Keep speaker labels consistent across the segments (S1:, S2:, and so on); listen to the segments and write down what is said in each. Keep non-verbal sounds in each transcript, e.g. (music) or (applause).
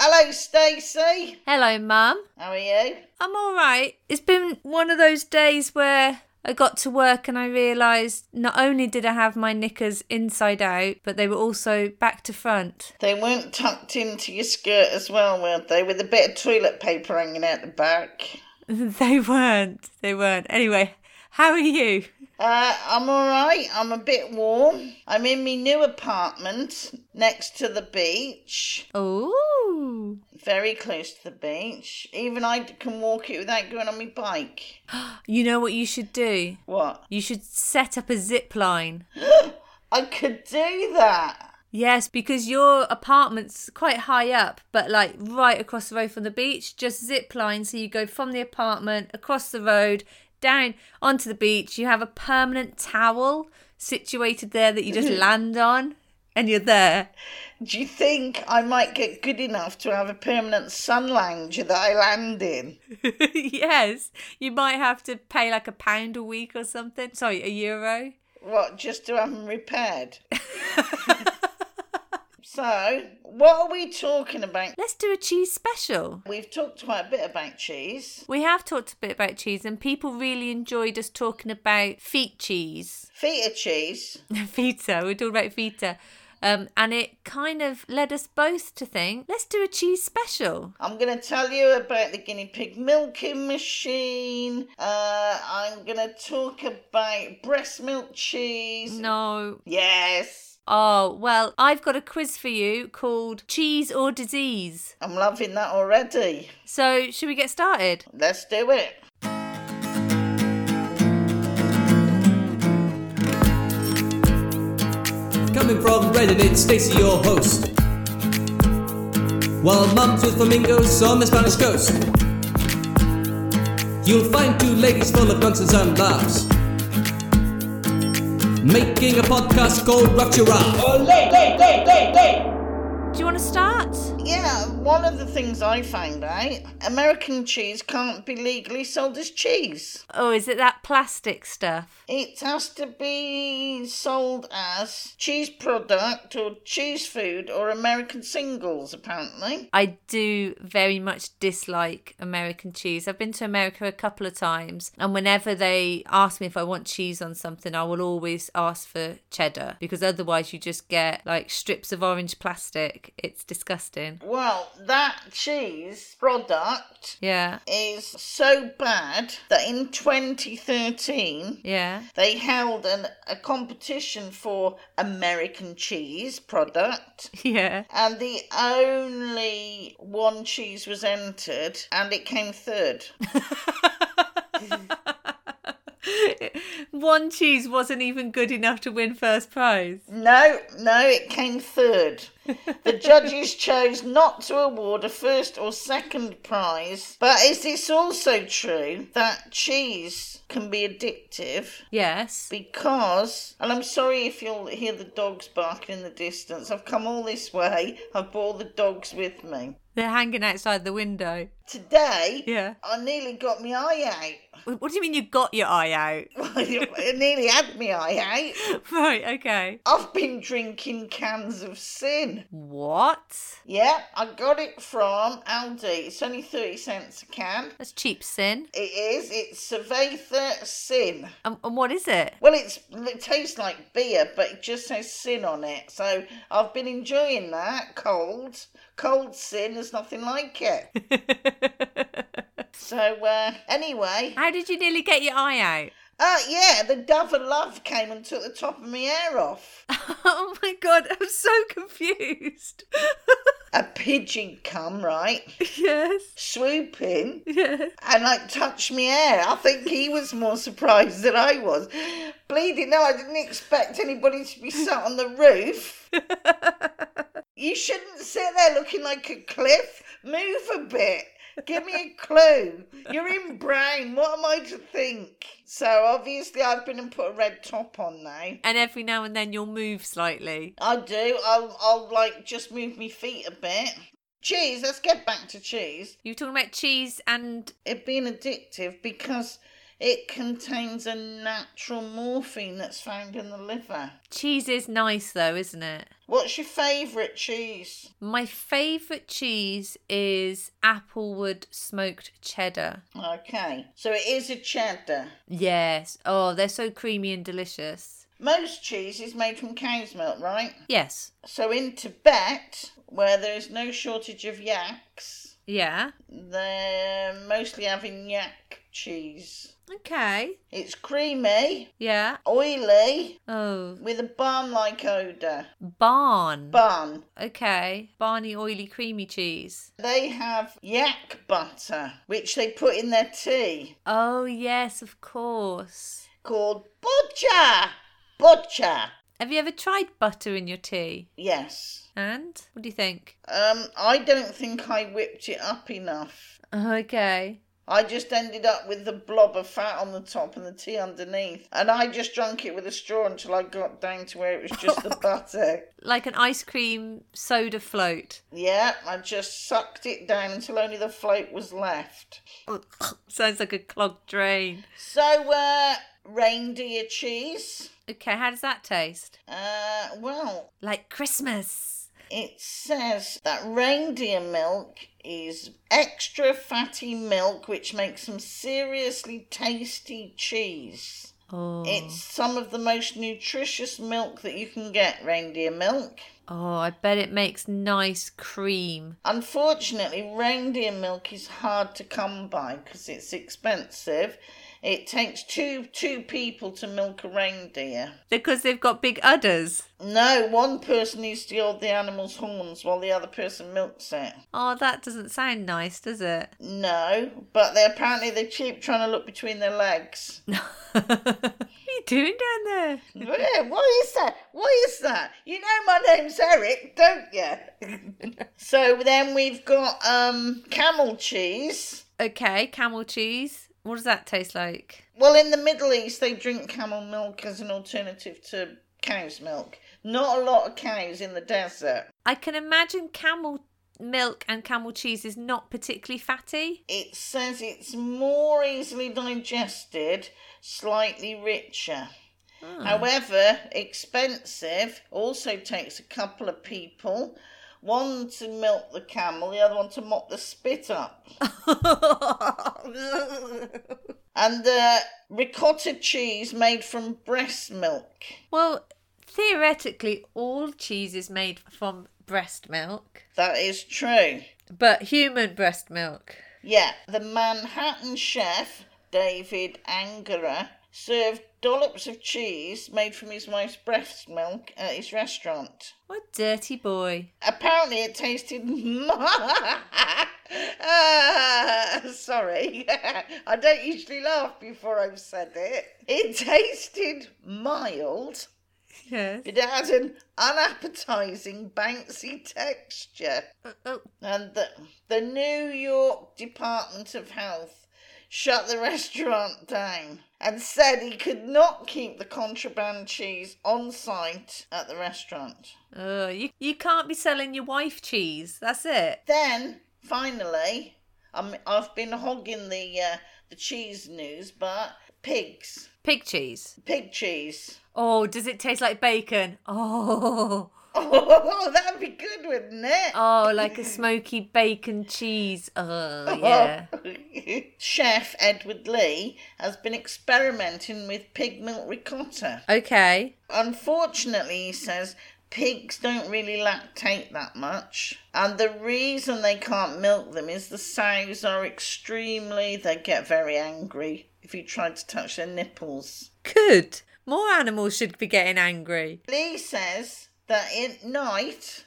S1: Hello, Stacey.
S2: Hello, Mum.
S1: How are you?
S2: I'm all right. It's been one of those days where I got to work and I realised not only did I have my knickers inside out, but they were also back to front. (laughs)
S1: They weren't tucked into your skirt as well, were they? With a bit of toilet paper hanging out the back.
S2: they weren't. They weren't. Anyway, how are you?
S1: Uh, I'm all right. I'm a bit warm. I'm in my new apartment next to the beach.
S2: Oh,
S1: Very close to the beach. Even I can walk it without going on my bike.
S2: you know what you should do?
S1: What?
S2: You should set up a zip line.
S1: I could do that.
S2: Yes, because your apartment's quite high up, but like right across the road from the beach, just zip line. So you go from the apartment across the road down onto the beach. You have a permanent towel situated there that you just land on, and you're there. (laughs)
S1: Do you think I might get good enough to have a permanent sun lounger that I land in?
S2: yes, you might have to pay like a pound a week or something. Sorry, a euro.
S1: What, just to have them repaired? so, what are we talking about?
S2: Let's do a cheese special.
S1: We've talked quite a bit about cheese.
S2: We have talked a bit about cheese, and people really enjoyed us talking about feet cheese.
S1: Feta cheese.
S2: (laughs) Feta. We're talking about Feta. Um, and it kind of led us both to think, let's do a cheese special.
S1: I'm going to tell you about the guinea pig milking machine. Uh, I'm going to talk about breast milk cheese.
S2: No.
S1: Yes.
S2: Oh, well, I've got a quiz for you called Cheese or Disease.
S1: I'm loving that already.
S2: So, should we get started?
S1: Let's do it.
S3: Coming from Reddit, it's Stacy, your host. While mums with flamingos on the Spanish coast, you'll find two ladies full of nonsense and laughs. Making a podcast called Rock Giraffe.
S2: Do you want to start?
S1: Yeah, one of the things I found out American cheese can't be legally sold as cheese.
S2: Oh, is it that plastic stuff?
S1: It has to be sold as cheese product or cheese food or American singles, apparently.
S2: I do very much dislike American cheese. I've been to America a couple of times, and whenever they ask me if I want cheese on something, I will always ask for cheddar because otherwise you just get like strips of orange plastic. It's disgusting.
S1: Well, that cheese product
S2: Yeah,
S1: is so bad that in 2013
S2: yeah. (laughs)
S1: they held an, a competition for American cheese product.
S2: Yeah.
S1: And the only one cheese was entered, and it came third.
S2: One cheese wasn't even good enough to win first prize.
S1: No, no, it came third. The judges chose not to award a first or second prize. But is this also true that cheese can be addictive?
S2: Yes.
S1: Because, and I'm sorry if you'll hear the dogs barking in the distance. I've come all this way, I've brought the dogs with me.
S2: They're hanging outside the window.
S1: Today,
S2: Yeah.
S1: I nearly got my eye
S2: What do you mean you got your eye out?
S1: out.
S2: (laughs)
S1: I nearly had my eye out.
S2: Right, okay.
S1: I've been drinking cans of sin.
S2: What?
S1: Yeah, I got it from Aldi. It's only 30 cents a can.
S2: That's cheap sin.
S1: It is. It's Cerveza Sin.
S2: And, and what is it?
S1: Well, it's, it tastes like beer, but it just says sin on it. So I've been enjoying that cold. Cold sin, there's nothing like it. so, uh,
S2: (laughs)
S1: anyway.
S2: How did you nearly get your eye
S1: Uh, yeah, the Dove of Love came and took the top of my hair off.
S2: out? (laughs) Oh my god, I'm so confused. (laughs)
S1: A pigeon come, right?
S2: yes,
S1: Swoop in.
S2: yes.
S1: and like touched me hair. I think he was more surprised than I was. Bleeding no, I didn't expect anybody to be sat on the roof. you shouldn't sit there looking like a cliff. Move a bit. Give me a clue. You're in brown. What am I to think? So obviously I've been and put a red top on now.
S2: And every now and then you'll move slightly.
S1: I do. I'll I'll like just move my feet a bit. Cheese, let's get back to cheese.
S2: You were talking about cheese and.
S1: it being addictive because It contains a natural morphine that's found in the liver.
S2: Cheese is nice though, isn't it?
S1: What's your favourite cheese?
S2: My favourite cheese is applewood smoked cheddar.
S1: Okay, so it is a cheddar.
S2: Yes. Oh, they're so creamy and delicious.
S1: Most cheese is made from cow's milk, right?
S2: Yes.
S1: So in Tibet, where there is no shortage of yaks,
S2: Yeah.
S1: they're mostly having yak cheese.
S2: Okay.
S1: It's creamy,
S2: Yeah.
S1: oily,
S2: Oh,
S1: with a barn like odour.
S2: barn.
S1: Bun.
S2: okay. Barney oily creamy cheese.
S1: They have yak butter, which they put in their tea,
S2: Oh, yes, of course.
S1: called butcha. Butcha.
S2: Have you ever tried butter in your tea?
S1: Yes.
S2: And what do you think?
S1: Um, I don't think I whipped it up enough.
S2: Okay.
S1: I just ended up with the blob of fat on the top and the tea underneath. And I just drank it with a straw until I got down to where it was just the butter.
S2: Like an ice cream soda float. (laughs)
S1: Yeah, I just sucked it down until only the float was left.
S2: Sounds like a clogged drain.
S1: So, uh, reindeer cheese.
S2: Okay, how does that taste?
S1: Uh, well,
S2: Like Christmas.
S1: It says that reindeer milk is extra fatty milk, which makes some seriously tasty cheese.
S2: Oh.
S1: It's some of the most nutritious milk that you can get, reindeer milk.
S2: Oh, I bet it makes nice cream.
S1: Unfortunately, reindeer milk is hard to come by because it's expensive. It takes two two people to milk a reindeer.
S2: Because they've got big udders.
S1: No, one person needs to hold the animal's horns while the other person milks it.
S2: Oh, that doesn't sound nice, does (laughs) it?
S1: No, but they apparently they keep trying to look between their legs.
S2: what are you doing down there?
S1: yeah, what is that? What is that? You know my name's Eric, don't you? so then we've got um camel cheese.
S2: Okay, camel cheese. What does that taste like?
S1: Well, in the Middle East, they drink camel milk as an alternative to cow's milk. Not a lot of cows in the desert.
S2: I can imagine camel milk and camel cheese is not particularly fatty.
S1: It says it's more easily digested, slightly richer. However, expensive also takes a couple of people. One to milk the camel, the other one to mop the spit up. And uh, ricotta cheese made from breast milk.
S2: well, theoretically, all cheese is made from breast milk,
S1: That is true.
S2: but human breast milk.
S1: Yeah, the Manhattan chef, David Angera, served dollops of cheese made from his wife's breast milk at his restaurant.
S2: What a dirty boy.
S1: Apparently, it tasted. (laughs) Ah, sorry, (laughs) I don't usually laugh before I've said it. It tasted mild,
S2: Yes.
S1: but it had an unappetizing, bouncy texture.
S2: Oh,
S1: And the, the New York Department of Health shut the restaurant down and said he could not keep the contraband cheese on site at the restaurant.
S2: oh, you, you can't be selling your wife cheese. That's it.
S1: Then finally, I'm, I've been hogging the uh, the cheese news, but pigs,
S2: Pig cheese.
S1: pig cheese. (laughs)
S2: Oh, does it taste like bacon? Oh.
S1: Oh, that'd be good, wouldn't it?
S2: Oh,
S1: (laughs)
S2: like a smoky bacon cheese. Oh, yeah.
S1: Chef Edward Lee has been experimenting with pig milk ricotta.
S2: Okay.
S1: Unfortunately, he says pigs don't really lactate that much, and the reason they can't milk them is the sows are extremely. They get very angry if you try to touch their nipples.
S2: Good. More animals should be getting angry.
S1: Lee says that at night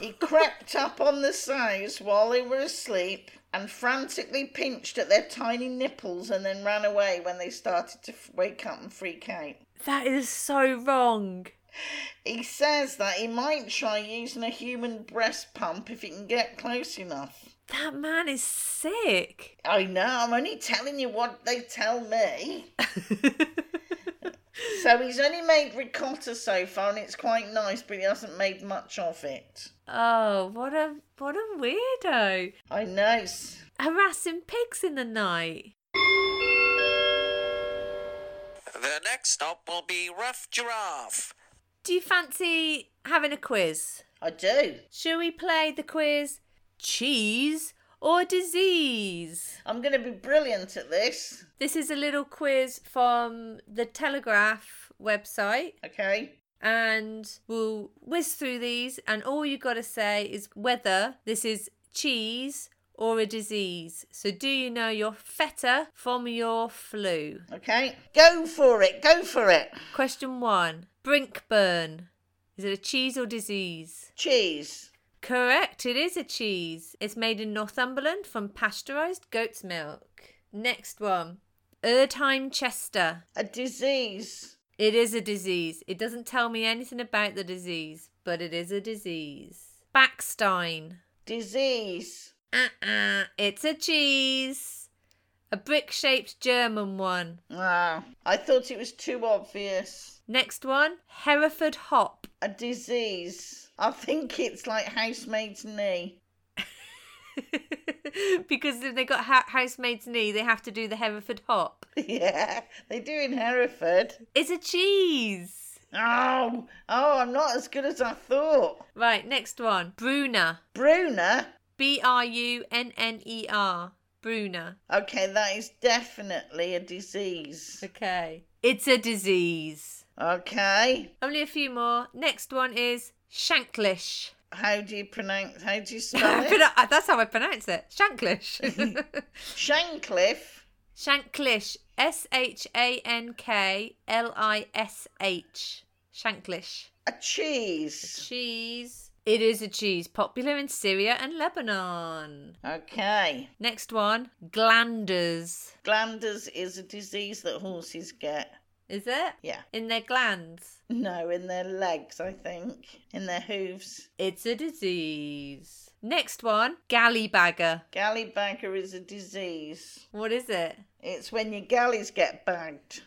S1: he crept up on the sows while they were asleep and frantically pinched at their tiny nipples and then ran away when they started to f- wake up and freak out.
S2: That is so wrong.
S1: He says that he might try using a human breast pump if he can get close enough.
S2: That man
S1: (laughs)
S2: is sick.
S1: I know, I'm only telling you what they tell me. so he's only made ricotta so far and it's quite nice, but he hasn't made much of it.
S2: Oh, what a what a weirdo.
S1: I know. s-
S2: Harassing pigs in the night.
S4: The next stop will be Rough Giraffe.
S2: Do you fancy having a quiz?
S1: I do.
S2: Shall we play the quiz cheese or disease?
S1: I'm going to be brilliant at this.
S2: This is a little quiz from the Telegraph website,
S1: Okay.
S2: and we'll whiz through these, and all you got to say is whether this is cheese or a disease. So, do you know your feta from your flu?
S1: Okay. Go for it. Go for it.
S2: Question one Brinkburn. Is it a cheese or disease?
S1: Cheese.
S2: Correct, it is a cheese. It's made in Northumberland from pasteurised goat's milk. Next one Erdheim Chester.
S1: A disease.
S2: It is a disease. It doesn't tell me anything about the disease, but it is a disease. Backstein.
S1: Disease.
S2: Uh uh it's a cheese. A brick shaped German one.
S1: Ah, I thought it was too obvious.
S2: Next one Hereford Hop. (laughs)
S1: A disease. I think it's like housemaid's knee. (laughs)
S2: because if they got ha- housemaid's knee, they have to do the Hereford hop.
S1: yeah, they do in Hereford.
S2: It's a cheese.
S1: Oh, oh, I'm not as good as I thought.
S2: Right, next one. Bruna.
S1: Bruna.
S2: B R U N N E R. Bruna.
S1: Okay, that is definitely a disease.
S2: Okay. It's a disease.
S1: Okay.
S2: Only a few more. Next one is Shanklish.
S1: How do you pronounce? How do you spell
S2: (laughs) I
S1: it?
S2: pronou- That's how I pronounce it.
S1: (laughs)
S2: Shanklish.
S1: Shankliff.
S2: Shanklish. S H A N K L I S H. Shanklish.
S1: A cheese.
S2: Cheese. It is a cheese, popular in Syria and Lebanon.
S1: Okay.
S2: Next one, glanders.
S1: Glanders is a disease that horses get.
S2: Is it?
S1: Yeah.
S2: In their glands.
S1: No, in their legs, I think. In their hooves.
S2: It's a disease. Next one, gallybagger.
S1: Gallybagger is a disease.
S2: What is it? (laughs)
S1: It's when your galleys get bagged.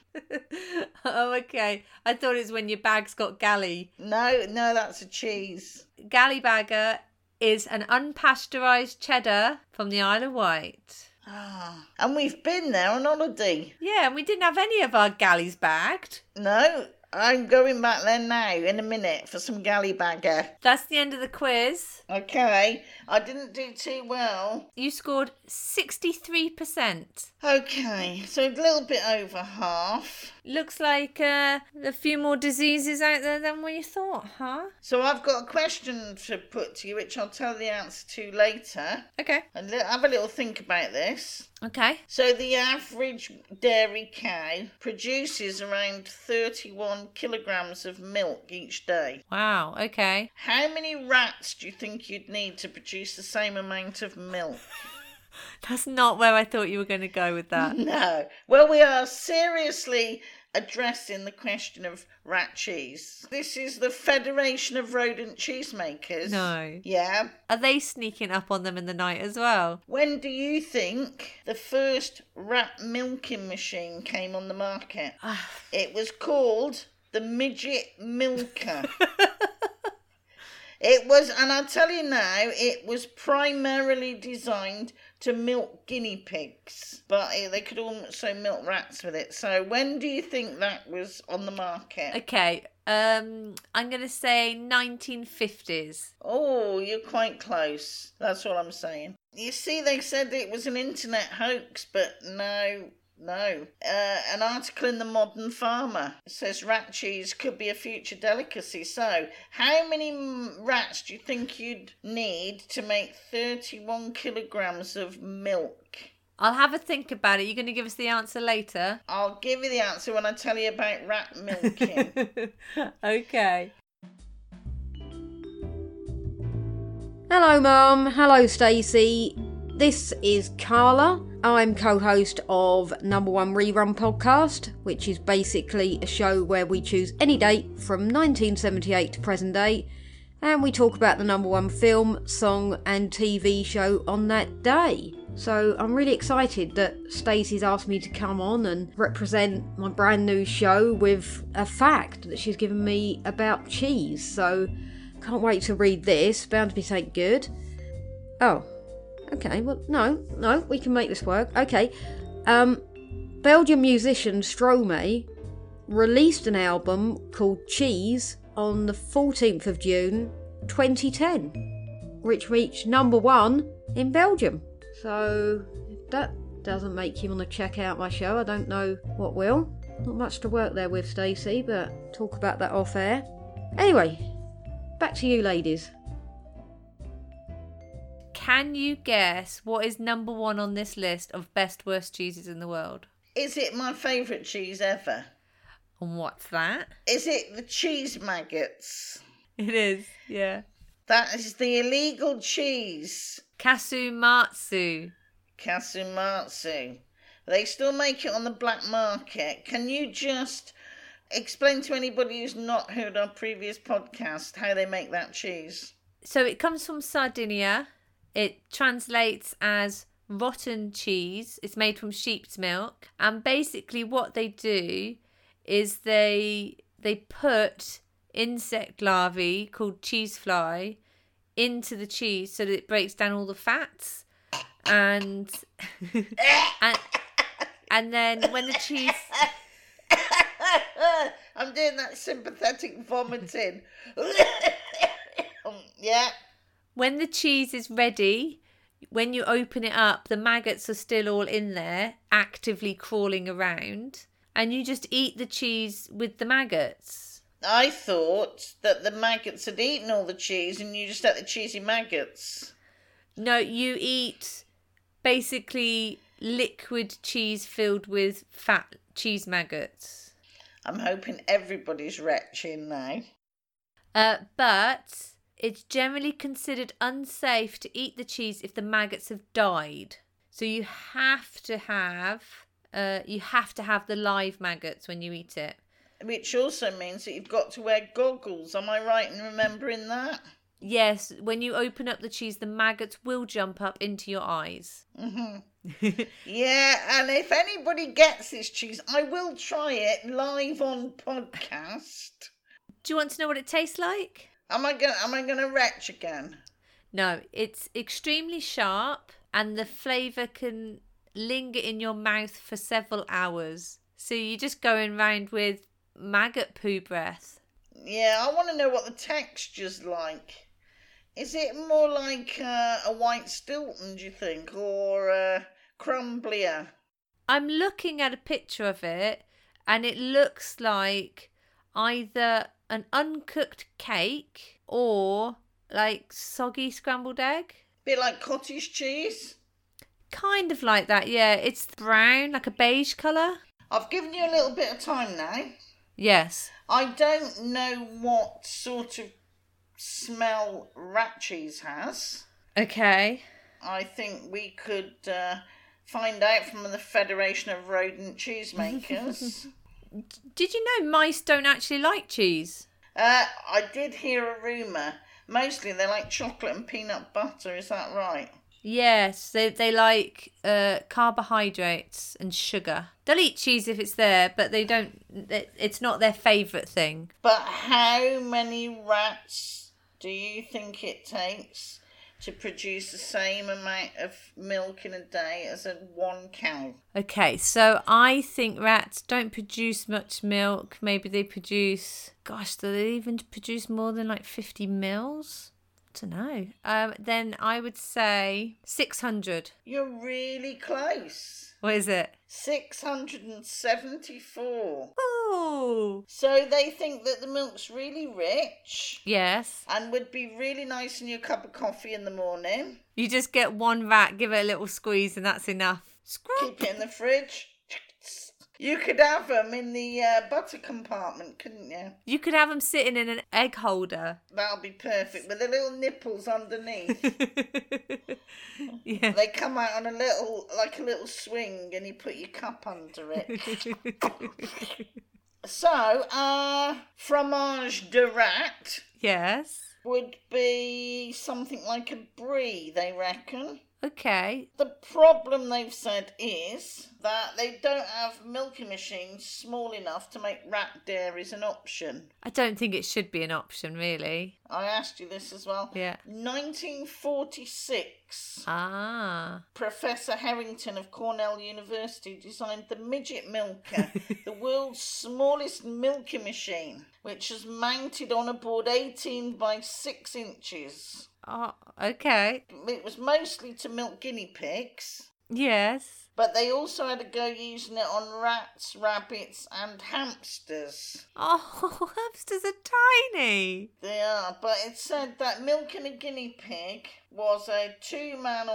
S2: oh, okay. I thought it was when your bag's got galley.
S1: No, no, that's a cheese.
S2: Gallybagger is an unpasteurized cheddar from the Isle of Wight.
S1: Ah, and we've been there on holiday.
S2: Yeah, and we didn't have any of our galleys bagged.
S1: No, I'm going back there now in a minute for some gallybagger.
S2: That's the end of the quiz.
S1: Okay, I didn't do too well.
S2: You scored 63%.
S1: Okay, so a little bit over half.
S2: Looks like uh, a few more diseases out there than what you thought, huh?
S1: So I've got a question to put to you, which I'll tell the answer to later.
S2: Okay.
S1: And li- have a little think about this.
S2: Okay.
S1: So the average dairy cow produces around 31 kilograms of milk each day.
S2: Wow. Okay.
S1: How many rats do you think you'd need to produce the same amount of milk? (laughs)
S2: That's not where I thought you were going to go with that.
S1: No. Well, we are seriously addressing the question of rat cheese. This is the Federation of Rodent Cheesemakers.
S2: No.
S1: Yeah.
S2: Are they sneaking up on them in the night as well?
S1: When do you think the first rat milking machine came on the market? it was called the Midget Milker. it was, and I'll tell you now, it was primarily designed to milk guinea pigs, but eh, they could also milk rats with it. So when do you think that was on the market?
S2: Okay. Um, I'm going to say 1950s.
S1: Oh, you're quite close. That's all I'm saying. You see, they said it was an internet hoax, but no, no. Uh, an article in the Modern Farmer says rat cheese could be a future delicacy. So, how many m- rats do you think you'd need to make 31 kilograms of milk?
S2: I'll have a think about it. You're going to give us the answer later.
S1: I'll give you the answer when I tell you about rat milking.
S2: (laughs) okay.
S5: Hello, Mum. Hello, Stacey. This is Carla. I'm co host of Number One Rerun Podcast, which is basically a show where we choose any date from 1978 to present day and we talk about the number one film, song, and TV show on that day. So I'm really excited that Stacey's asked me to come on and represent my brand new show with a fact that she's given me about cheese. So can't wait to read this. Bound to be so good. Oh, okay. Well, no, no, we can make this work. Okay. Um, Belgian musician Stromae released an album called Cheese on the 14th of June 2010, which reached number one in Belgium. So, if that doesn't make you want to check out my show, I don't know what will. Not much to work there with, Stacey, but talk about that off air. Anyway, back to you, ladies.
S2: Can you guess what is number one on this list of best worst cheeses in the world?
S1: Is it my favourite cheese ever?
S2: And what's that?
S1: Is it the cheese maggots?
S2: It is, yeah.
S1: That is the illegal cheese.
S2: Kasumatsu.
S1: Kasumatsu. They still make it on the black market. Can you just explain to anybody who's not heard our previous podcast how they make that cheese?
S2: So it comes from Sardinia. It translates as rotten cheese. It's made from sheep's milk. And basically what they do is they they put insect larvae called cheese fly into the cheese so that it breaks down all the fats and (laughs) and and then when the cheese
S1: I'm doing that sympathetic vomiting. (laughs) Um, yeah.
S2: when the cheese is ready when you open it up the maggots are still all in there actively crawling around and you just eat the cheese with the maggots
S1: I thought that the maggots had eaten all the cheese and you just ate the cheesy maggots.
S2: no you eat basically liquid cheese filled with fat cheese maggots
S1: I'm hoping everybody's retching now.
S2: Uh, but it's generally considered unsafe to eat the cheese if the maggots have died. So you have to have uh, you have to have the live maggots when you eat it.
S1: Which also means that you've got to wear goggles. Am I right in remembering that?
S2: Yes, when you open up the cheese, the maggots will jump up into your eyes.
S1: Yeah, and if anybody gets this cheese, I will try it live on podcast.
S2: Do you want to know what it tastes like?
S1: Am I gonna am I gonna retch again?
S2: No, it's extremely sharp and the flavour can linger in your mouth for several hours. So you're just going round with maggot poo breath.
S1: Yeah, I wanna know what the texture's like. Is it more like uh, a white stilton, do you think? Or uh crumblier?
S2: I'm looking at a picture of it and it looks like either an uncooked cake or like soggy scrambled egg.
S1: Bit like cottage cheese?
S2: Kind of like that, yeah. It's brown, like a beige colour.
S1: I've given you a little bit of time now.
S2: Yes.
S1: I don't know what sort of smell rat cheese has.
S2: Okay.
S1: I think we could uh, find out from the Federation of Rodent Cheesemakers.
S2: Did you know mice don't actually like cheese?
S1: uh, I did hear a rumour. Mostly they like chocolate and peanut butter, is that right?
S2: Yes, they, they like uh, carbohydrates and sugar. They'll eat cheese if it's there, but they don't. it- It's not their favourite thing.
S1: But how many rats do you think it takes to produce the same amount of milk in a day as a one cow?
S2: Okay, so I think rats don't produce much milk. Maybe they produce, gosh, do they even produce more than like 50 mils? I don't know. Um, then I would say 600.
S1: You're really close.
S2: What is it?
S1: 674.
S2: Oh,
S1: So they think that the milk's really rich.
S2: yes.
S1: and would be really nice in your cup of coffee in the morning.
S2: You just get one rat, give it a little squeeze, and that's enough.
S1: Keep it in the fridge. You could have them in the uh, butter compartment, couldn't you?
S2: You could have them sitting in an egg holder. (laughs)
S1: That'll be perfect with the little nipples underneath.
S2: yeah. (laughs)
S1: they come out on a little, like a little swing, and you put your cup under
S2: (laughs)
S1: it. so, uh, fromage de rat
S2: yes.
S1: would be something like a brie, they reckon.
S2: Okay.
S1: The problem they've said is that they don't have milking machines small enough to make rat dairy as an option.
S2: I don't think it should be an option, really.
S1: I asked you this as well.
S2: Yeah.
S1: 1946.
S2: Ah.
S1: Professor Harrington of Cornell University designed the Midget Milker, the world's smallest milking machine, which is mounted on a board 18 by 6 inches.
S2: Oh, okay.
S1: It was mostly to milk guinea pigs,
S2: Yes.
S1: but they also had a go using it on rats, rabbits, and hamsters.
S2: Oh, (laughs) hamsters are tiny.
S1: They are, but it said that milking a guinea pig was a two man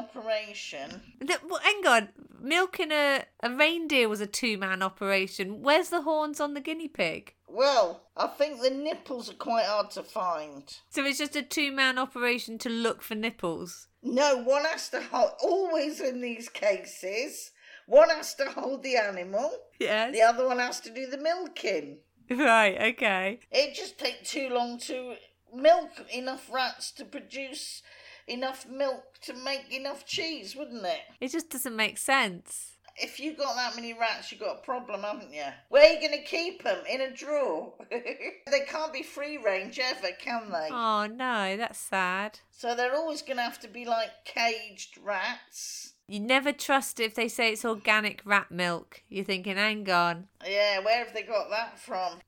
S1: operation.
S2: Th- well, hang on. Milking a, a reindeer was a two man operation. Where's the horns on the guinea pig?
S1: Well, I think the nipples are quite hard to find.
S2: So it's just a two man operation to look for nipples.
S1: No, one has to hold, always in these cases, one has to hold the animal,
S2: Yes.
S1: the other one has to do the milking.
S2: Right, okay.
S1: It just takes too long to milk enough rats to produce enough milk to make enough cheese, wouldn't it?
S2: It just doesn't make sense.
S1: If you got that many rats, you got a problem, haven't you? Where are you going to keep them? In a drawer? (laughs) they can't be free range ever, can they?
S2: Oh, no, that's sad.
S1: So they're always going to have to be like caged rats.
S2: You never trust if they say it's organic rat milk. You're thinking, hang on.
S1: Yeah, where have they got that from?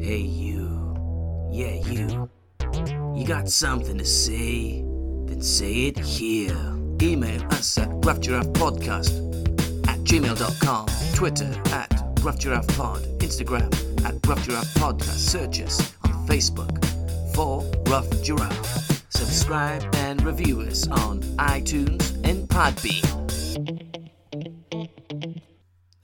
S6: Hey, you. Yeah, you. You got something to say? Then say it here. Email us at roughgiraffepodcast at gmail.com. Twitter at roughgiraffepod. Instagram at roughgiraffepodcast. Search us on Facebook for Rough Giraffe. Subscribe and review us on iTunes and Podbean.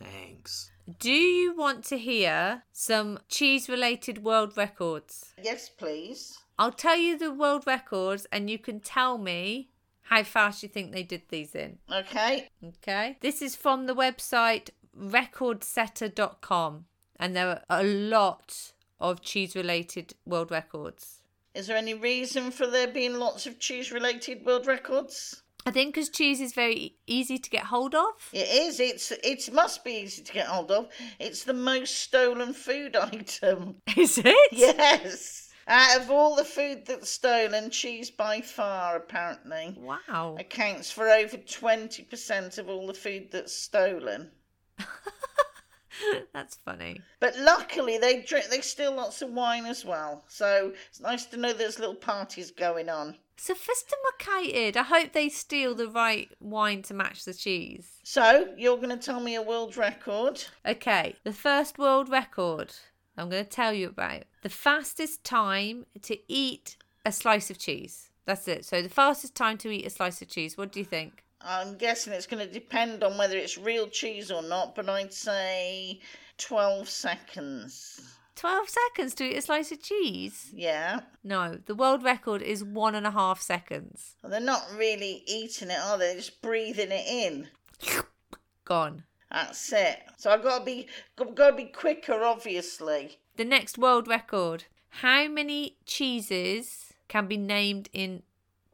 S6: Thanks.
S2: Do you want to hear some cheese related world records?
S1: Yes, please.
S2: I'll tell you the world records and you can tell me how fast you think they did these in.
S1: Okay.
S2: Okay. This is from the website recordsetter.com and there are a lot of cheese related world records.
S1: Is there any reason for there being lots of cheese related world records?
S2: I think because cheese is very e- easy to get hold of. (laughs)
S1: It is. It's it must be easy to get hold of. It's the most stolen food (laughs) item.
S2: Is it?
S1: Yes. Out of all the food that's stolen, cheese by far apparently
S2: Wow.
S1: accounts for over 20% of all the food that's stolen.
S2: (laughs) That's funny.
S1: But luckily, they drink. They steal lots of wine as well. So it's nice to know there's little parties going on.
S2: Sophisticated. I hope they steal the right wine to match the cheese.
S1: So you're going to tell me a world record?
S2: Okay, the first world record I'm going to tell you about. The fastest time to eat a slice of cheese. That's it. So, the fastest time to eat a slice of cheese. What do you think?
S1: I'm guessing it's going to depend on whether it's real cheese or not, but I'd say 12 seconds.
S2: 12 seconds to eat a slice of cheese?
S1: Yeah.
S2: No, the world record is one and a half seconds.
S1: Well, they're not really eating it, are they? They're just breathing it in.
S2: Gone.
S1: That's it. So I've got to be got to be quicker, obviously.
S2: The next world record. How many cheeses can be named in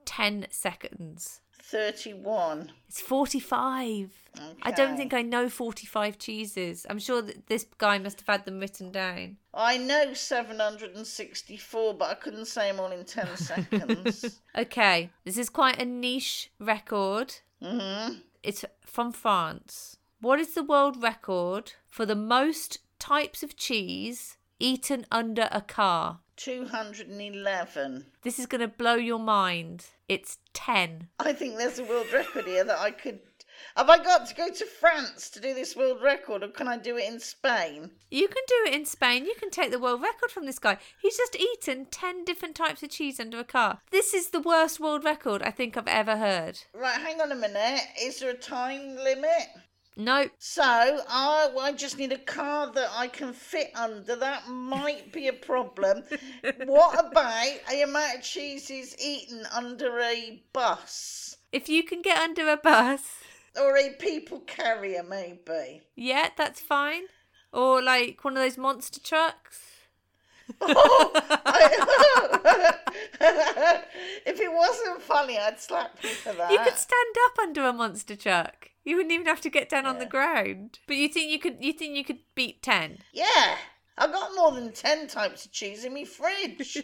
S2: 10 seconds?
S1: 31.
S2: It's 45. I don't
S1: Okay.
S2: think I know 45 cheeses. I'm sure that this guy must have had them written down.
S1: I know 764, but I couldn't say them all in 10 seconds.
S2: Okay, this is quite a niche record.
S1: hmm
S2: It's from France. What is the world record for the most types of cheese eaten under a car?
S1: 211.
S2: This is going to blow your mind. It's 10.
S1: I think there's a world record here that I could. Have I got to go to France to do this world record, or can I do it in Spain?
S2: You can do it in Spain. You can take the world record from this guy. He's just eaten 10 different types of cheese under a car. This is the worst world record I think I've ever heard.
S1: Right, hang on a minute. Is there a time limit?
S2: Nope.
S1: So I, well, I just need a car that I can fit under. That might be a
S2: (laughs)
S1: problem. what about a amount of cheeses eaten under a bus
S2: If you can get under a bus, (laughs)
S1: or a people carrier, maybe?
S2: yeah, that's fine. Or like one of those monster trucks.
S1: Oh, (laughs) if it wasn't funny, I'd slap you for that.
S2: You could stand up under a monster truck. You wouldn't even have to get down on the ground. But you think you could? You think you could beat ten?
S1: Yeah, I got more than ten types of cheese in my fridge.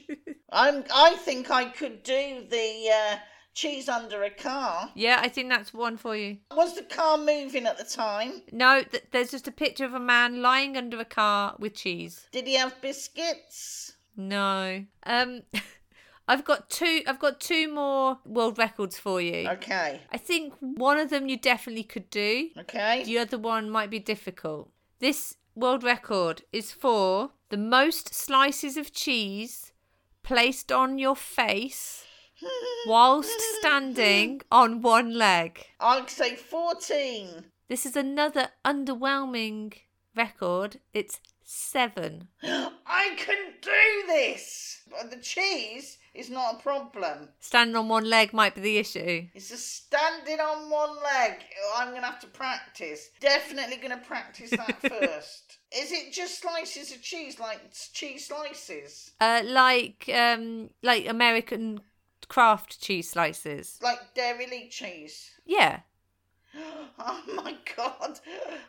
S1: I'm. I think I could do the uh, cheese under a car.
S2: Yeah, I think that's one for you.
S1: Was the car moving at the time?
S2: No, th- there's just a picture of a man lying under a car with cheese.
S1: Did he have biscuits?
S2: No. Um, (laughs) I've got two. I've got two more world records for you.
S1: Okay.
S2: I think one of them you definitely could do.
S1: Okay.
S2: The other one might be difficult. This world record is for the most slices of cheese placed on your face whilst standing on one leg.
S1: I'd say fourteen. (gasps)
S2: This is another underwhelming record. It's seven.
S1: I can do this. But the cheese is not a problem.
S2: Standing on one leg might be the issue.
S1: It's just standing on one leg. Oh, I'm gonna have to practice. Definitely gonna practice that first. Is it just slices of cheese, like s- cheese slices,
S2: Uh, like um, like American craft cheese slices.
S1: like dairy Lee cheese? (laughs)
S2: Yeah.
S1: Oh my god,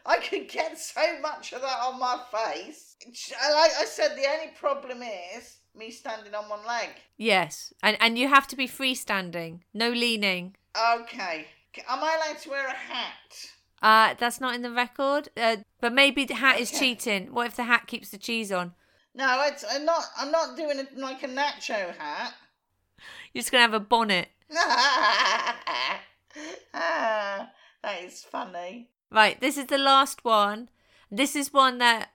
S1: I could get so much of that on my face. And Like I said, the only problem is me standing on one leg.
S2: Yes. And and you have to be freestanding, no leaning.
S1: Okay, am I allowed to wear a hat?
S2: Uh, that's not in the record. Uh, but maybe the hat is
S1: Okay.
S2: cheating. What if the hat keeps the cheese on?
S1: No, it's, I'm not. I'm not doing it like a nacho hat.
S2: You're just gonna have a bonnet.
S1: (laughs) Ah, that is funny.
S2: Right. This is the last one. This is one that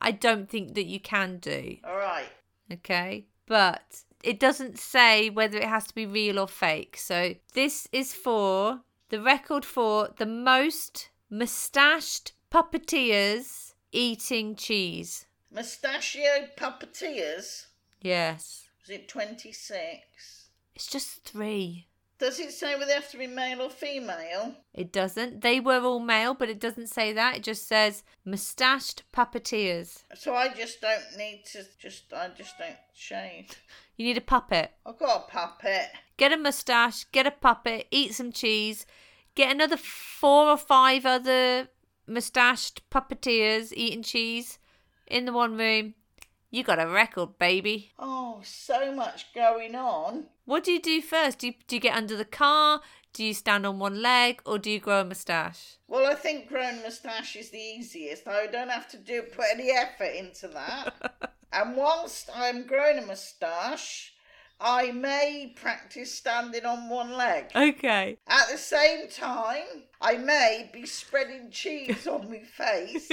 S2: I don't think that you can do.
S1: All right.
S2: Okay. But it doesn't say whether it has to be real or fake. So this is for the record for the most mustached puppeteers eating cheese.
S1: Mustachio puppeteers.
S2: Yes.
S1: Is it 26?
S2: It's just three.
S1: Does it say whether they have to be male or female?
S2: It doesn't. They were all male, but it doesn't say that. It just says mustached puppeteers.
S1: So I just don't need to. Just I just don't shave.
S2: You need a puppet.
S1: I've got a puppet.
S2: Get a mustache, get a puppet, eat some cheese, get another four or five other mustached puppeteers eating cheese in the one room. You got a record, baby.
S1: Oh, so much going on.
S2: What do you do first? Do you, do you get under the car? Do you stand on one leg? Or do you grow a mustache?
S1: Well, I think growing moustache is the easiest. I don't have to do put any effort into that. and whilst I'm growing a moustache, I may practice standing on one leg.
S2: (laughs) Okay.
S1: At the same time, I may be spreading cheese on my face.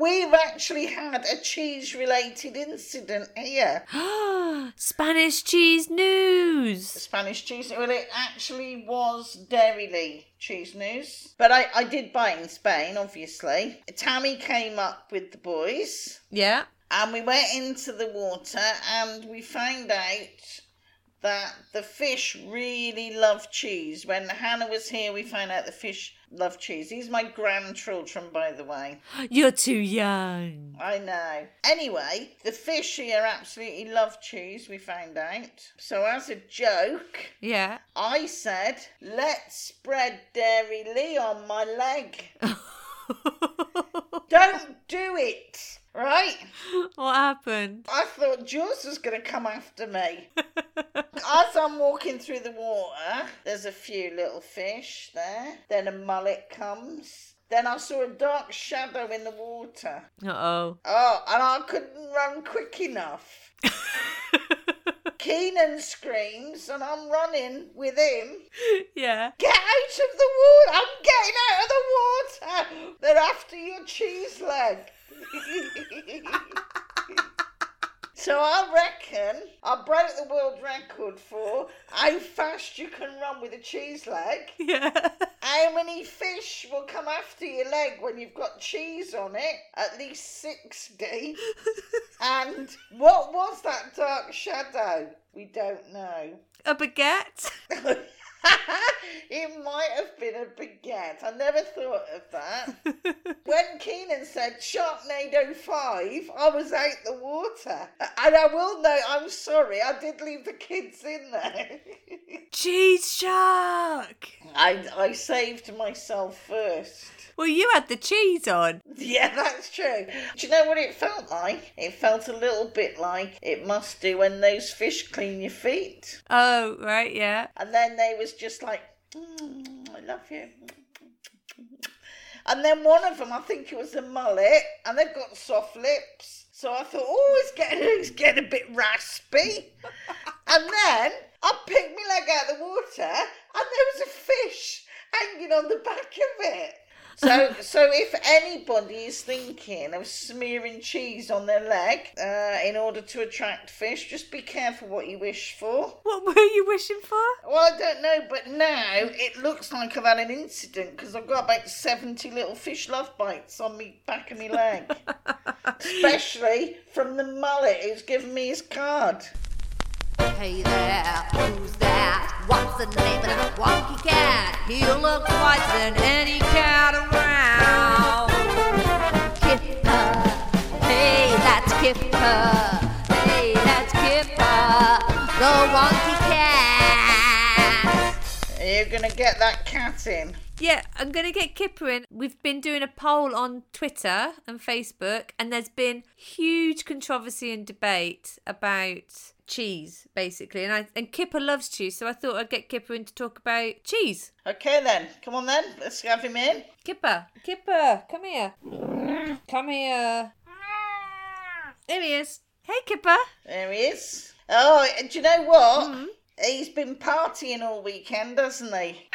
S1: We've actually had a cheese related incident here.
S2: (gasps) Spanish cheese news!
S1: Spanish cheese. Well, it actually was Dairy Lee cheese news, but I, I did buy it in Spain, obviously. Tammy came up with the boys,
S2: Yeah.
S1: and we went into the water, and we found out that the fish really love cheese. When Hannah was here, we found out the fish love cheese. These are my grandchildren, by the way.
S2: You're too young.
S1: I know. Anyway, the fish here absolutely love cheese, we found out. So, as a joke,
S2: Yeah.
S1: I said, let's spread Dairy Lee on my leg. (laughs) Don't do it, right?
S2: (laughs) What happened?
S1: I thought Jules was going to come after me. As I'm walking through the water, there's a few little fish there. Then a mullet comes. Then I saw a dark shadow in the water.
S2: Uh oh.
S1: Oh, and I couldn't run quick enough. Keenan screams, and I'm running with him.
S2: (laughs) Yeah.
S1: Get out of the water! I'm getting out of the water! They're after your cheese leg. (laughs) so I reckon I broke the world record for how fast you can run with a cheese leg.
S2: Yeah.
S1: How many fish will come after your leg when you've got cheese on it? At least 60. and what was that dark shadow? We don't know.
S2: A baguette?
S1: (laughs) it might have been a baguette. I never thought of that. when in and said Sharknado 5, I was out the water. And I will note, I'm sorry, I did leave the kids in there. (laughs)
S2: (laughs) Cheese shark!
S1: I, I saved myself first.
S2: Well, you had the cheese on.
S1: Yeah, that's true. Do you know what it felt like? It felt a little bit like it must do when those fish clean your feet.
S2: Oh, right, yeah.
S1: And then they was just like, "Mm, I love you. And then one of them, I think it was a mullet, and they've got soft lips. So I thought, oh, it's getting, (laughs) it's getting a bit raspy. and then I picked my leg out of the water, and there was a fish hanging on the back of it. So, so if anybody is thinking of smearing cheese on their leg uh, in order to attract fish, just be careful what you wish for.
S2: What were you wishing for?
S1: Well, I don't know, but now it looks like I've had an incident because I've got about 70 little fish love bites on me back of my leg. Especially from the mullet who's given me his card.
S7: Hey there, who's that? What's the name of that wonky cat? He looks white than any cat around. Kipper, hey, that's Kipper. Hey, that's Kipper, the wonky cat.
S1: Are you going to get that cat in?
S2: Yeah, I'm going to get Kipper in. We've been doing a poll on Twitter and Facebook, and there's been huge controversy and debate about cheese, basically. And I and Kipper loves cheese, so I thought I'd get Kipper in to talk about cheese.
S1: Okay, then. Come on, then. Let's have him in.
S2: Kipper, Kipper, come here. Come here. There he is. Hey, Kipper.
S1: There he is. Oh, and do you know what? He's been partying all weekend, hasn't he?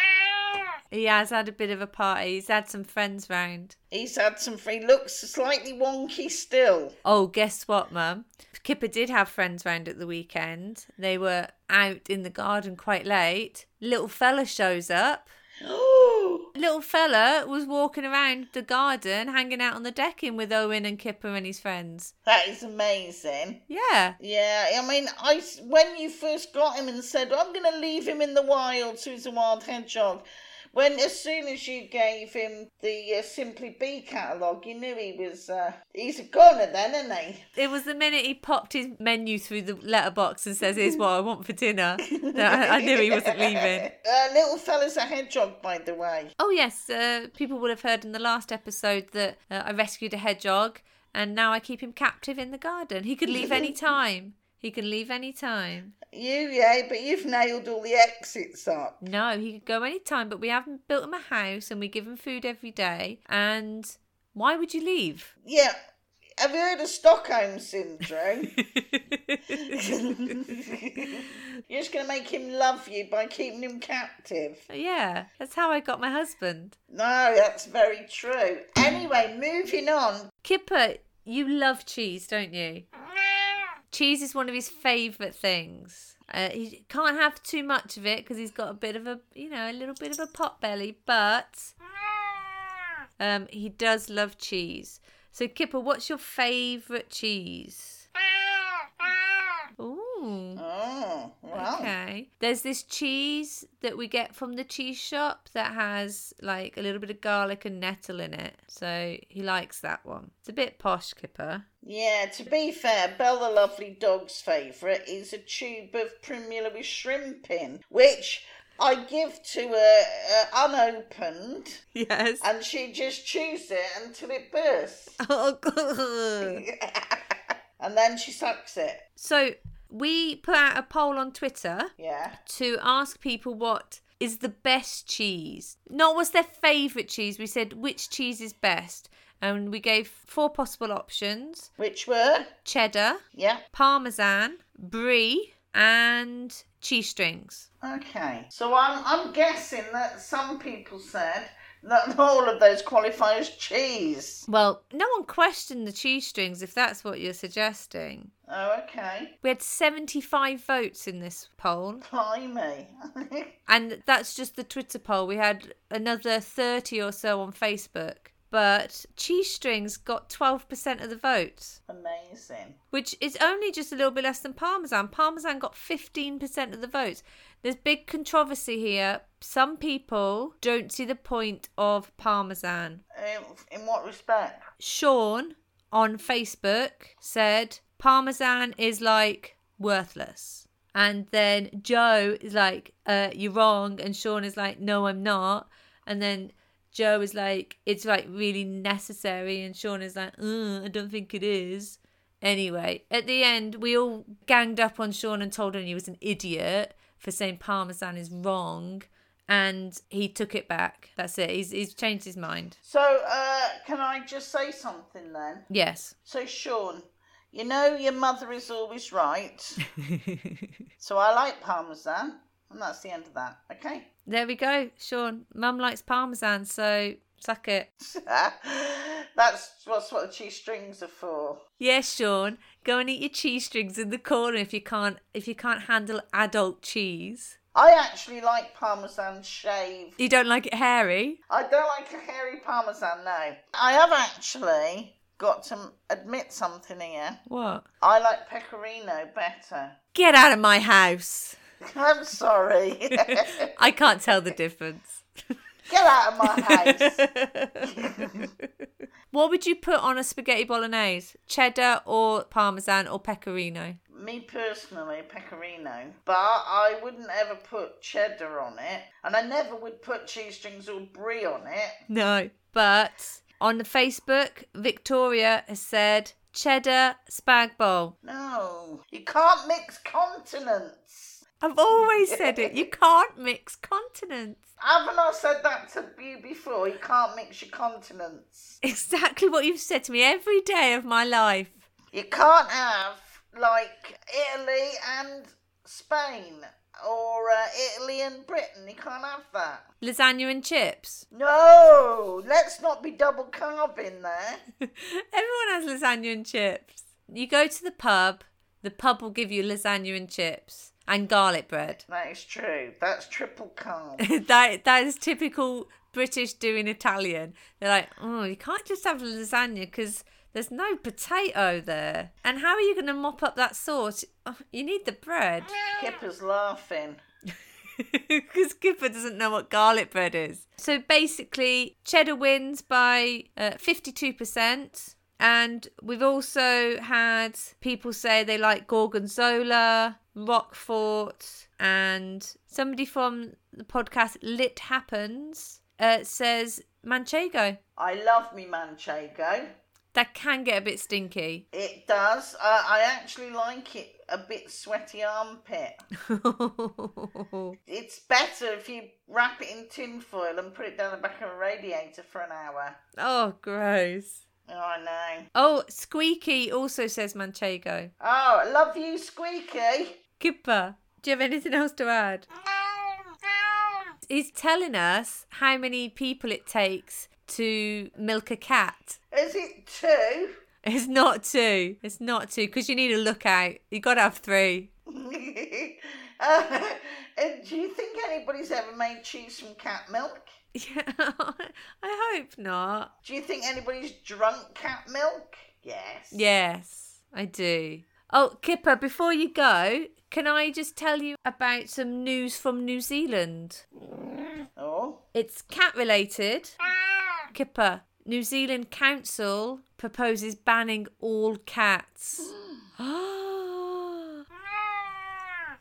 S2: He has had a bit of a party. He's had some friends round.
S1: He's had some free looks, slightly wonky still. (gasps)
S2: Oh, guess what, Mum? Kipper did have friends round at the weekend. They were out in the garden quite late. Little fella shows up. Little fella was walking around the garden, hanging out on the decking with Owen and Kipper and his friends.
S1: that is amazing.
S2: Yeah.
S1: Yeah, I mean, I s- when you first got him and said I'm going to leave him in the wild, so he's a wild hedgehog. When as soon as you gave him the uh, Simply Bee catalogue, you knew he was uh, he's a goner then, isn't he? (laughs)
S2: It was the minute he popped his menu through the letterbox and says, Here's what I want for dinner. (laughs) That I, I knew he wasn't leaving.
S1: Uh, little fella's a hedgehog, by the way.
S2: Oh, yes. Uh, people would have heard in the last episode that uh, I rescued a hedgehog and now I keep him captive in the garden. He could leave any time. He can leave any time.
S1: You yeah, but you've nailed all the exits up.
S2: No, he could go any time, but we haven't built him a house and we give him food every day. And why would you leave?
S1: Yeah. Have you heard of Stockholm
S2: (laughs)
S1: syndrome? (laughs) You're just going to make him love you by keeping him captive.
S2: yeah, that's how I got my husband.
S1: No, that's very true. Anyway, moving on.
S2: Kipper, you love cheese, don't you? cheese is one of his favourite things. Uh, he can't have too much of it because he's got a bit of a, you know, a little bit of a pot belly, but um, he does love cheese. So, Kipper, what's your favourite cheese? Ooh.
S1: Oh, well.
S2: Okay. There's this cheese that we get from the cheese shop that has like a little bit of garlic and nettle in it. So he likes that one. It's a bit posh, Kipper. (laughs)
S1: Yeah, to be fair, Belle the Lovely Dog's favourite is a tube of primula with shrimp in, which I give to her uh, unopened,
S2: Yes.
S1: and she just chews it until it bursts.
S2: (laughs) Oh, God.
S1: and then she sucks it.
S2: so we put out a poll on Twitter
S1: Yeah.
S2: to ask people what is the best cheese. Not what's their favourite cheese. We said which cheese is best. And we gave four possible options
S1: Which were?
S2: cheddar,
S1: Yeah.
S2: parmesan, brie, and cheese strings.
S1: Okay. So I'm, I'm guessing that some people said that all of those qualify as cheese.
S2: Well, no one questioned the cheese strings if that's what you're suggesting.
S1: Oh, okay.
S2: We had 75 votes in this poll,
S1: Blimey. (laughs)
S2: and that's just the Twitter poll. We had another 30 or so on Facebook. but Cheese Strings got 12% of the votes,
S1: Amazing.
S2: which is only just a little bit less than Parmesan. Parmesan got 15% of the votes. There's big controversy here. Some people don't see the point of Parmesan.
S1: In, Um, in what respect?
S2: Sean on Facebook said Parmesan is like worthless. And then Joe is like, uh, you're wrong. And Sean is like, no, I'm not. And then Joe is like, it's like really necessary. And Sean is like, uh, I don't think it is. Anyway, at the end, we all ganged up on Sean and told him he was an idiot for saying Parmesan is wrong. And he took it back. That's it. He's, he's changed his mind.
S1: So, uh, can I just say something then?
S2: Yes.
S1: So, Sean, you know your mother is always right. so, I like parmesan, and that's the end of that. Okay. (laughs)
S2: There we go, Sean. Mum likes parmesan, so suck it.
S1: that's what's what the cheese strings are for.
S2: Yes, Sean. Go and eat your cheese strings in the corner if you can't if you can't handle adult cheese.
S1: I actually like parmesan shaved.
S2: You don't like it hairy.
S1: I don't like a hairy parmesan, no. I have actually got to admit something here.
S2: What?
S1: I like pecorino better. (laughs)
S2: Get out of my house.
S1: I'm sorry. (laughs) Get
S2: I can't tell the difference.
S1: out of my house.
S2: What would you put on a spaghetti bolognese? Cheddar or parmesan or pecorino?
S1: Me personally, pecorino, but I wouldn't ever put cheddar on it, and I never would put cheese strings or brie on it.
S2: No. But on the Facebook, Victoria has said cheddar spag bowl.
S1: No, you can't mix continents.
S2: I've always said it. You can't mix continents.
S1: Haven't I said that to you before? You can't mix your continents.
S2: Exactly what you've said to me every day of my life.
S1: You can't have like Italy and Spain or uh, Italy and Britain. You can't have that.
S2: Lasagna and chips.
S1: No, let's not be double carving there.
S2: Everyone has lasagna and chips. You go to the pub, the pub will give you lasagna and chips and garlic bread. (laughs)
S1: That is true. That's triple carb.
S2: that that is typical British doing Italian. They're like, oh, you can't just have lasagna because there's no potato there. And how are you going to mop up that sauce? Oh, you need the bread.
S1: Kipper's laughing.
S2: Because Cooper doesn't know what garlic bread is. So basically, cheddar wins by uh, 52%. And we've also had people say they like Gorgonzola, Roquefort, and somebody from the podcast Lit Happens uh, says Manchego.
S1: I love me manchego.
S2: That can get a bit stinky. (laughs)
S1: It does. Uh, I actually like it a bit sweaty armpit. It's better if you wrap it in tin foil and put it down the back of a radiator for an hour.
S2: oh, gross.
S1: Oh, I know.
S2: Oh, Squeaky also says Manchego.
S1: Oh, I love you, Squeaky.
S2: Kipper, do you have anything else to add? He's telling us how many people it takes to milk a cat. (laughs)
S1: Is it two?
S2: It's not two. It's not two because you need a lookout. You got to have three.
S1: (laughs)
S2: (laughs)
S1: uh, and do you think anybody's ever made cheese from cat milk?
S2: Yeah, (laughs) I hope not.
S1: Do you think anybody's drunk cat milk? Yes.
S2: Yes, I do. Oh, Kipper, before you go, can I just tell you about some news from New Zealand?
S1: Oh,
S2: It's cat related. Kipper, New Zealand Council proposes banning all cats. (gasps)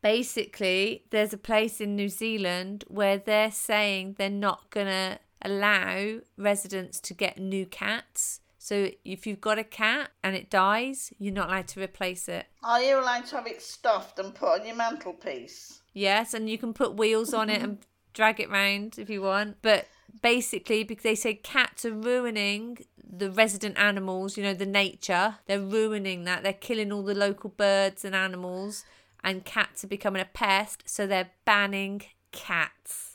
S2: Basically, there's a place in New Zealand where they're saying they're not going to allow residents to get new cats. So if you've got a cat and it dies, you're not allowed to replace it.
S1: are you allowed to have it stuffed and put on your mantelpiece?
S2: Yes, and you can put wheels on it and drag it round if you want. But basically, because they say cats are ruining the resident animals, you know, the nature, they're ruining that. They're killing all the local birds and animals, and cats are becoming a pest. So they're banning cats.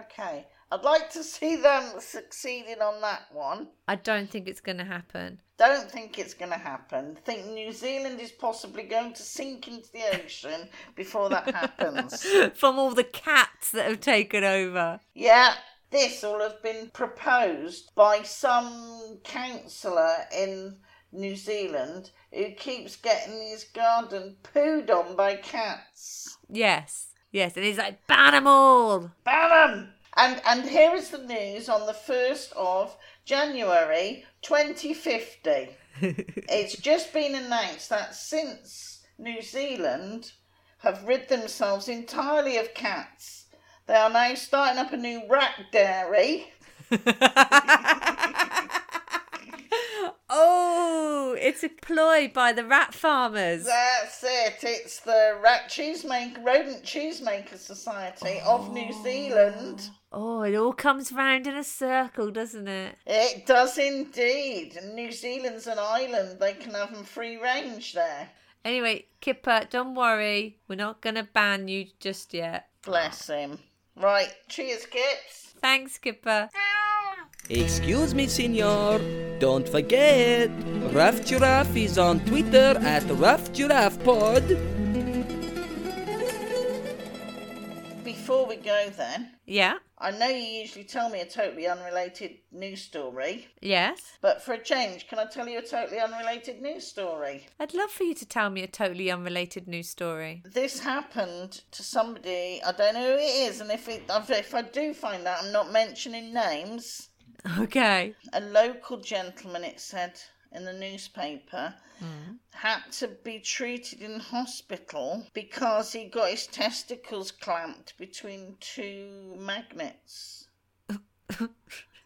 S1: Okay, I'd like to see them succeeding on that one.
S2: I don't think it's going to happen. (laughs)
S1: Don't think it's going to happen. Think New Zealand is possibly going to sink into the ocean before that happens.
S2: From all the cats that have taken over.
S1: Yeah, this will have been proposed by some councillor in New Zealand who keeps getting his garden pooed on by cats.
S2: Yes. Yes. And he's like, ban 'em all.
S1: Ban 'em! And, and here is the news on the 1st of January 2050. it's just been announced that since New Zealand have rid themselves entirely of cats, they are now starting up a new rat dairy.
S2: Oh, it's a ploy by the rat farmers.
S1: That's it. It's the Rat Cheesemaker, Rodent Cheesemaker Society of New Zealand.
S2: Oh, it all comes round in a circle, doesn't it?
S1: It does indeed. And New Zealand's an island. They can have them free range there.
S2: Anyway, Kipper, don't worry. We're not going to ban you just yet.
S1: Bless him. Right. Cheers, kids.
S2: Thanks, Kipper.
S3: Excuse me, senor. Don't forget, Rough Giraffe is on Twitter at Rough Giraffe Pod.
S1: Before we go, then,
S2: Yeah?
S1: I know you usually tell me a totally unrelated news story,
S2: Yes?
S1: but for a change, can I tell you a totally unrelated news story?
S2: I'd love for you to tell me a totally unrelated news story. (laughs)
S1: This happened to somebody. I don't know who it is, and if it, if I do find out, I'm not mentioning names.
S2: Okay.
S1: a local gentleman, it said in the newspaper, had to be treated in hospital because he got his testicles clamped between two magnets.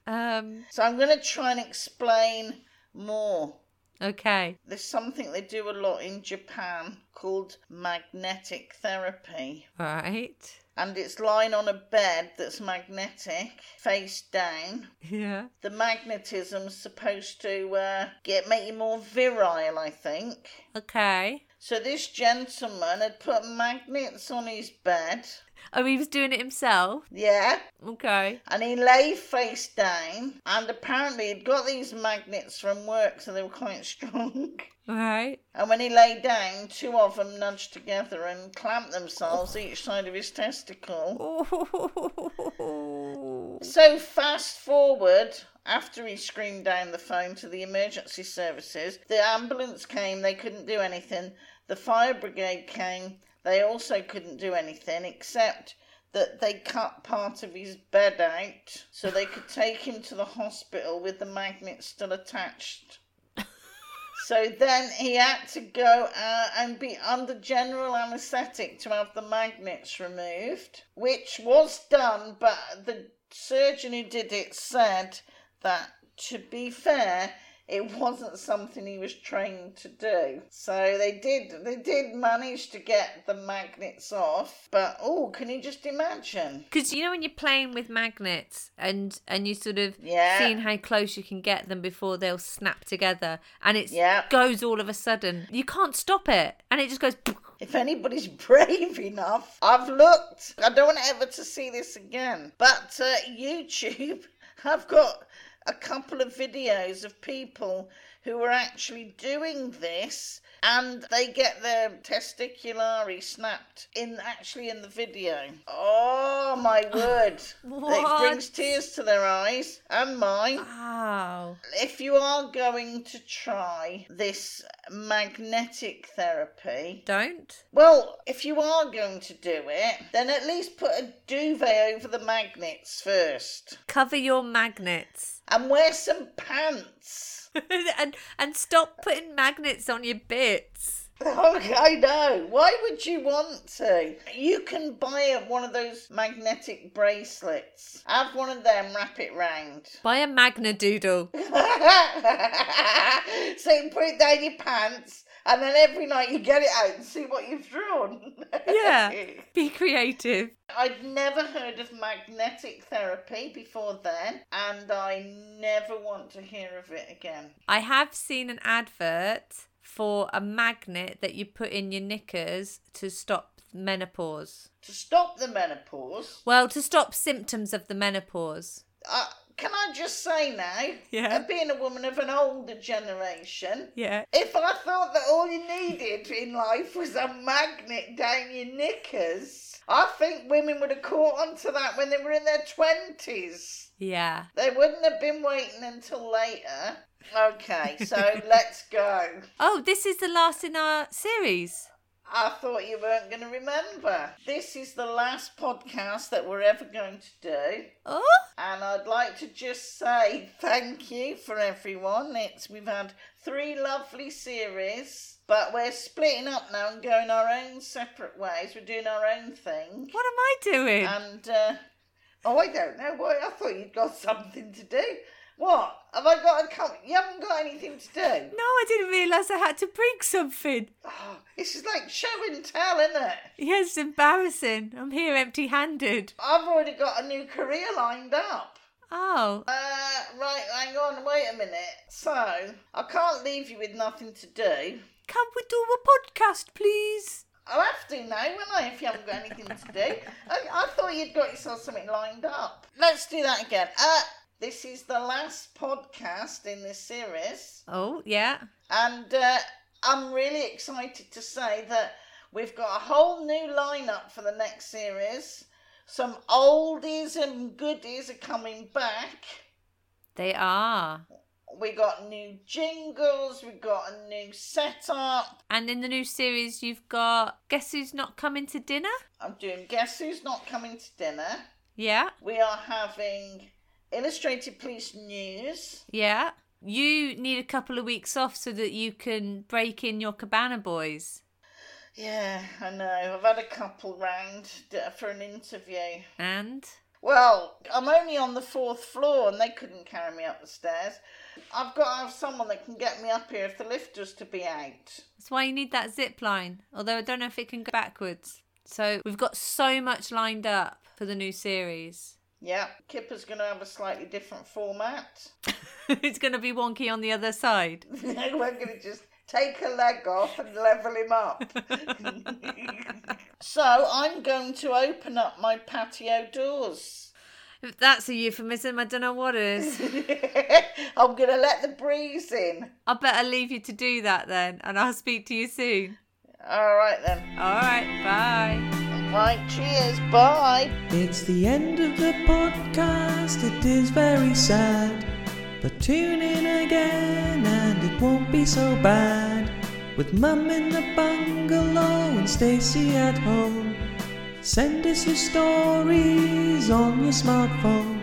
S2: Um,
S1: So I'm going to try and explain more.
S2: okay.
S1: There's something they do a lot in Japan called magnetic therapy.
S2: All right.
S1: And it's lying on a bed that's magnetic, face down,
S2: Yeah.
S1: the magnetism's supposed to uh, get make you more virile, I think.
S2: Okay.
S1: So this gentleman had put magnets on his bed,
S2: Oh, he was doing it himself.
S1: yeah,
S2: Okay.
S1: and he lay face down. And apparently he'd got these magnets from work, so they were quite (laughs) strong.
S2: All right. (laughs)
S1: And when he lay down, two of them nudged together and clamped themselves each side of his testicle.
S2: Oh.
S1: So fast forward after he screamed down the phone to the emergency services, the ambulance came, they couldn't do anything. The fire brigade came, they also couldn't do anything except that they cut part of his bed out so they could take him to the hospital with the magnet still attached. So then he had to go uh, and be under general anaesthetic to have the magnets removed, which was done, but the surgeon who did it said that, to be fair, it wasn't something he was trained to do. So they did they did manage to get the magnets off, but oh, can you just imagine?
S2: Because you know when you're playing with magnets and and you sort of
S1: Yeah.
S2: seeing how close you can get them before they'll snap together, and it
S1: Yeah.
S2: goes all of a sudden. You can't stop it, and it just goes.
S1: If anybody's (laughs) brave enough, I've looked. I don't want ever to see this again. But uh, YouTube, (laughs) I've got a couple of videos of people who are actually doing this and they get their testiculari snapped in actually in the video. Oh my word. It
S2: What?
S1: brings tears to their eyes and mine
S2: Wow.
S1: if you are going to try this magnetic therapy
S2: Don't.
S1: well, if you are going to do it, then at least put a duvet over the magnets first
S2: Cover your magnets (laughs)
S1: and wear some pants. (laughs)
S2: and and stop putting magnets on your bits.
S1: Oh, I know. Why would you want to? You can buy one of those magnetic bracelets. Have one of them, wrap it round. (laughs)
S2: Buy a magna doodle.
S1: so you put it down your pants and then every night you get it out and see what you've drawn. (laughs)
S2: Yeah. Be creative.
S1: I'd never heard of magnetic therapy before then, and I never want to hear of it again.
S2: I have seen an advert for a magnet that you put in your knickers to stop menopause.
S1: To stop the menopause,
S2: Well, to stop symptoms of the menopause.
S1: uh, can I just say now,
S2: Yeah.
S1: uh, being a woman of an older generation,
S2: Yeah.
S1: if I thought that all you needed in life was a magnet down your knickers, I think women would have caught on to that when they were in their 20s.
S2: Yeah.
S1: They wouldn't have been waiting until later. Okay,
S2: (laughs)
S1: so let's go.
S2: Oh, this is the last in our series.
S1: I thought you weren't going to remember. This is the last podcast that we're ever going to do.
S2: Oh,
S1: And I'd like to just say thank you for everyone. It's we've had three lovely series, but we're splitting up now and going our own separate ways. We're doing our own thing,
S2: what am I doing?
S1: and uh, oh, I don't know why. I thought you'd got something to do. What have I got? A com- you haven't got anything to do.
S2: no, I didn't realise I had to bring something.
S1: Oh, this is like show and tell, isn't it?
S2: Yeah, it's embarrassing. I'm here empty handed.
S1: I've already got a new career lined up.
S2: Oh,
S1: Uh, right, hang on, wait a minute. So, I can't leave you with nothing to do.
S2: can we do a podcast, please?
S1: I'll have to now, won't I, if you haven't got anything to do? I, I thought you'd got yourself something lined up. Let's do that again. Uh, this is the last podcast in this series,
S2: Oh, yeah.
S1: and uh, I'm really excited to say that we've got a whole new lineup for the next series. Some oldies and goodies are coming back.
S2: They are.
S1: We got new jingles, we got a new setup.
S2: And in the new series, you've got Guess Who's Not Coming to Dinner?
S1: I'm doing Guess Who's Not Coming to Dinner.
S2: Yeah,
S1: We are having Illustrated Police News.
S2: yeah. You need a couple of weeks off so that you can break in your Cabana Boys.
S1: Yeah, I know. I've had a couple round d- for an interview.
S2: And?
S1: Well, I'm only on the fourth floor and they couldn't carry me up the stairs. I've got to have someone that can get me up here if the lift was to be out.
S2: That's why you need that zip line. Although I don't know if it can go backwards. So we've got so much lined up for the new series. (laughs)
S1: Yeah, Kipper's going to have a slightly different format.
S2: it's going to be wonky on the other side.
S1: (laughs) We're going to just take a leg off and level him up. (laughs) so I'm going to open up my patio doors. (laughs)
S2: If that's a euphemism, I don't know what is.
S1: I'm going to let the breeze in.
S2: I better leave you to do that then, and I'll speak to you soon.
S1: All right then.
S2: All right, bye.
S1: Right, cheers. Bye.
S3: It's the end of the podcast, it is very sad. But tune in again and it won't be so bad. With Mum in the bungalow and Stacy at home. Send us your stories on your smartphone.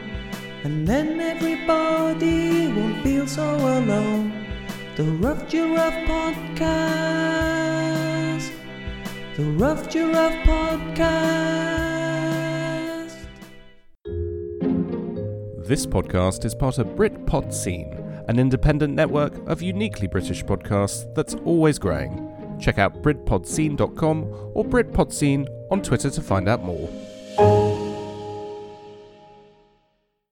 S3: And then everybody won't feel so alone. The Rough Giraffe Podcast. The Rough Giraffe Podcast.
S8: This podcast is part of Brit Pod Scene, an independent network of uniquely British podcasts that's always growing. Check out BritPodScene.com or BritPodScene on Twitter to find out more.